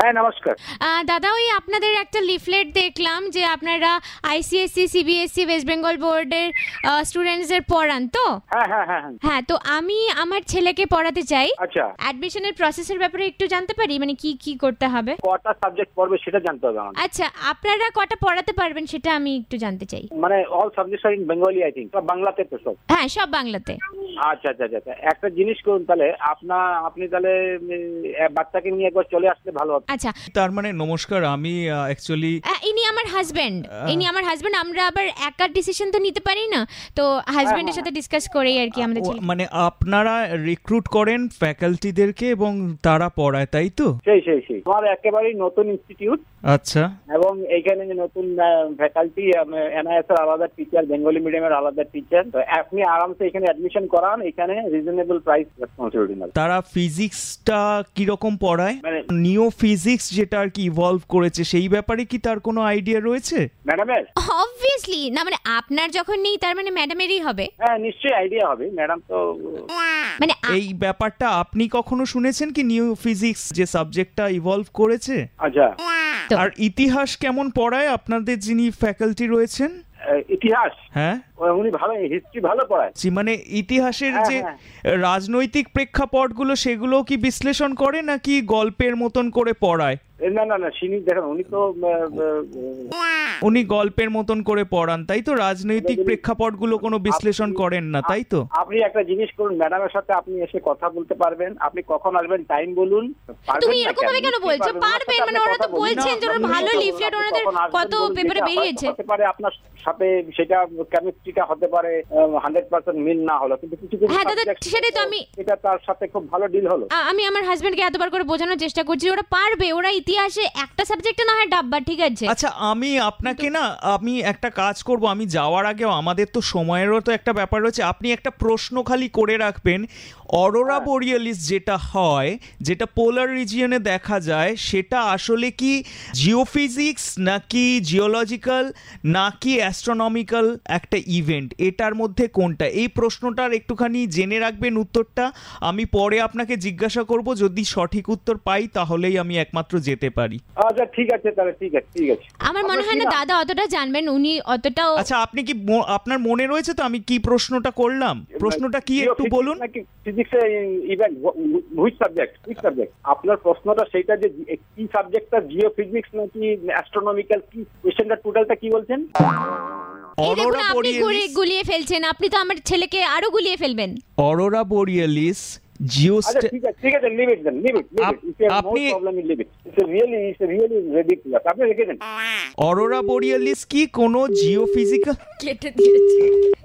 হ্যাঁ নমস্কার আহ, দাদা ওই আপনাদের একটা লিফলেট দেখলাম যে আপনারা আইসিএসসি সিবিএসসি ওয়েস্ট বেঙ্গল বোর্ডের স্টুডেন্টসদের পড়ান তো হ্যাঁ হ্যাঁ হ্যাঁ হ্যাঁ। হ্যাঁ তো আমি আমার ছেলেকে পড়াতে চাই আচ্ছা অ্যাডমিশনের প্রসেসের ব্যাপারে একটু জানতে পারি মানে কি কি করতে হবে কটা সাবজেক্ট পড়বে সেটা জানতে হবে আমাদের আচ্ছা আপনারা কটা পড়াতে পারবেন সেটা আমি একটু জানতে চাই মানে all subject are in Bengali I think বাংলাতে তো সব হ্যাঁ সব বাংলাতে আচ্ছা আচ্ছা আচ্ছা আচ্ছা। একটা জিনিস করুন তাহলে আপনার আপনি তাহলে উম, এ- বাচ্চাকে নিয়ে একবার চলে আসলে ভালো হবে আচ্ছা তার মানে নমস্কার আমি অ্যাকচুয়ালি আহ, ইনি আমার হাজবেন্ড ইনি আমার হাজবেন্ড আমরা আবার একা ডিসিশন তো নিতে পারি না তো হাজবেন্ডের সাথে ডিসকাস করেই আর কি আমাদের ছেলে- মানে আপনারা রিক্রুট করেন ফ্যাকাল্টিদেরকে এবং তারা পড়ায় তাই তো সেই সেই সেই তোমার একেবারেই নতুন ইনস্টিটিউট আচ্ছা এবং এইখানে যে নতুন ফ্যাকাল্টি এনআইএস এর আলাদা টিচার বেঙ্গলি মিডিয়ামের আলাদা টিচার তো আপনি আরামসে এখানে অ্যাডমিশন করান এখানে রিজনেবল প্রাইস রেসপন্সিবিলিটি নেবে তারা ফিজিক্সটা কিরকম পড়ায় মানে- নিও ফিজিক্স যেটা আর কি ইভলভ করেছে সেই ব্যাপারে কি তার কোনো আইডিয়া রয়েছে ম্যাডামের অবভিয়াসলি না মানে আপনার যখন নেই তার মানে ম্যাডামেরই হবে হ্যাঁ নিশ্চয়ই আইডিয়া হবে ম্যাডাম তো মানে আ- এই ব্যাপারটা আপনি কখনো শুনেছেন কি নিউ ফিজিক্স যে সাবজেক্টটা ইভলভ করেছে আচ্ছা তো। আর ইতিহাস কেমন পড়ায় আপনাদের যিনি ফ্যাকাল্টি রয়েছেন এ, ইতিহাস হ্যাঁ ও- উনি ভালো হিস্ট্রি ভালো পড়ায় জি, মানে ইতিহাসের হ্যাঁ, যে হ্যাঁ। রাজনৈতিক প্রেক্ষাপটগুলো সেগুলো কি বিশ্লেষণ করে নাকি গল্পের মতন করে পড়ায় এ, না না না সিনি দেখেন উনি তো আহ, আহ, উনি গল্পের মতন করে পড়ান তাই তো রাজনৈতিক প্রেক্ষাপটগুলো কোনো বিশ্লেষণ করেন না তাই তো আপনি একটা জিনিস করুন ম্যাডামের সাথে আপনি এসে কথা বলতে পারবেন আপনি কখন আসবেন টাইম বলুন পারবেন তুমি না এরকম কেন? ভাবে কেন নিশ্চয়ই বলছো? পারবেন, ওনার পারবেন, সাথে মানে আপনি কথা বলুন। ওরা তো বলছেন যে ওরা আপনি ভালো বলুন, leaflet আপনি ওনাদের কখন আসবেন কত বলুন, paper এ এটা বেরিয়েছে। হতে পারে আপনার সাথে সেটা কেমিস্ট্রিটা হতে পারে হান্ড্রেড পার্সেন্ট মিল না হলো কিন্তু কিছু কিছু হ্যাঁ, দাদা, subject সেটাই তো আমি- এটা তার সাথে খুব ভালো ডিল হলো আ- আমি আমার হাজবেন্ডকে এতবার করে বোঝানোর চেষ্টা করছি ওরা পারবে ওরা ইতিহাসে একটা সাবজেক্টে না হয় ডাব্বা ঠিক আছে আচ্ছা আমি আপনাকে না আমি একটা কাজ করব আমি যাওয়ার আগেও আমাদের তো সময়েরও তো একটা ব্যাপার রয়েছে আপনি একটা প্রশ্ন খালি করে রাখবেন অরোরা বোরিয়ালিস যেটা হয় যেটা পোলার রিজিয়নে দেখা যায় সেটা আসলে কি জিওফিজিক্স নাকি জিওলজিক্যাল নাকি অ্যাস্ট্রোনমিক্যাল একটা ইভেন্ট এটার মধ্যে কোনটা এই প্রশ্নটার একটুখানি জেনে রাখবেন উত্তরটা আমি পরে আপনাকে জিজ্ঞাসা করব যদি সঠিক উত্তর পাই তাহলেই আমি একমাত্র যেতে পারি আচ্ছা ঠিক আছে তাহলে ঠিক আছে ঠিক আছে আমার মনে হয় না দাদা অতটা জানবেন উনি অতটাও Oh. আচ্ছা আপনি কি ম- আপনার মনে রয়েছে তো আমি কি প্রশ্নটা করলাম প্রশ্নটা কি একটু বলুন ফিজিক্সে event which subject which subject আপনার প্রশ্নটা সেইটা যে কি সাবজেক্টটা জিও ফিজিক্স নাকি অ্যাস্ট্রোনমিক্যাল কি কোশ্চেনটা টোটালটা কি বলছেন এই দেখুন অরোরা আপনি ঘুরে বোরিয়ালিস গুলিয়ে ফেলছেন আপনি তো আমার ছেলেকে আরো গুলিয়ে ফেলবেন অরোরা বোরিয়ালিস জিও আচ্ছা ঠিক আছে ঠিক আছে leave it then leave it leave it আপ- ইটস এ নো আপনি- problem in leave it it's really it's really ridiculous আপনি রেখে দেন অরোরা বোরিয়ালিস কি কোনো জিও ফিজিক্যাল কেটে দিয়েছে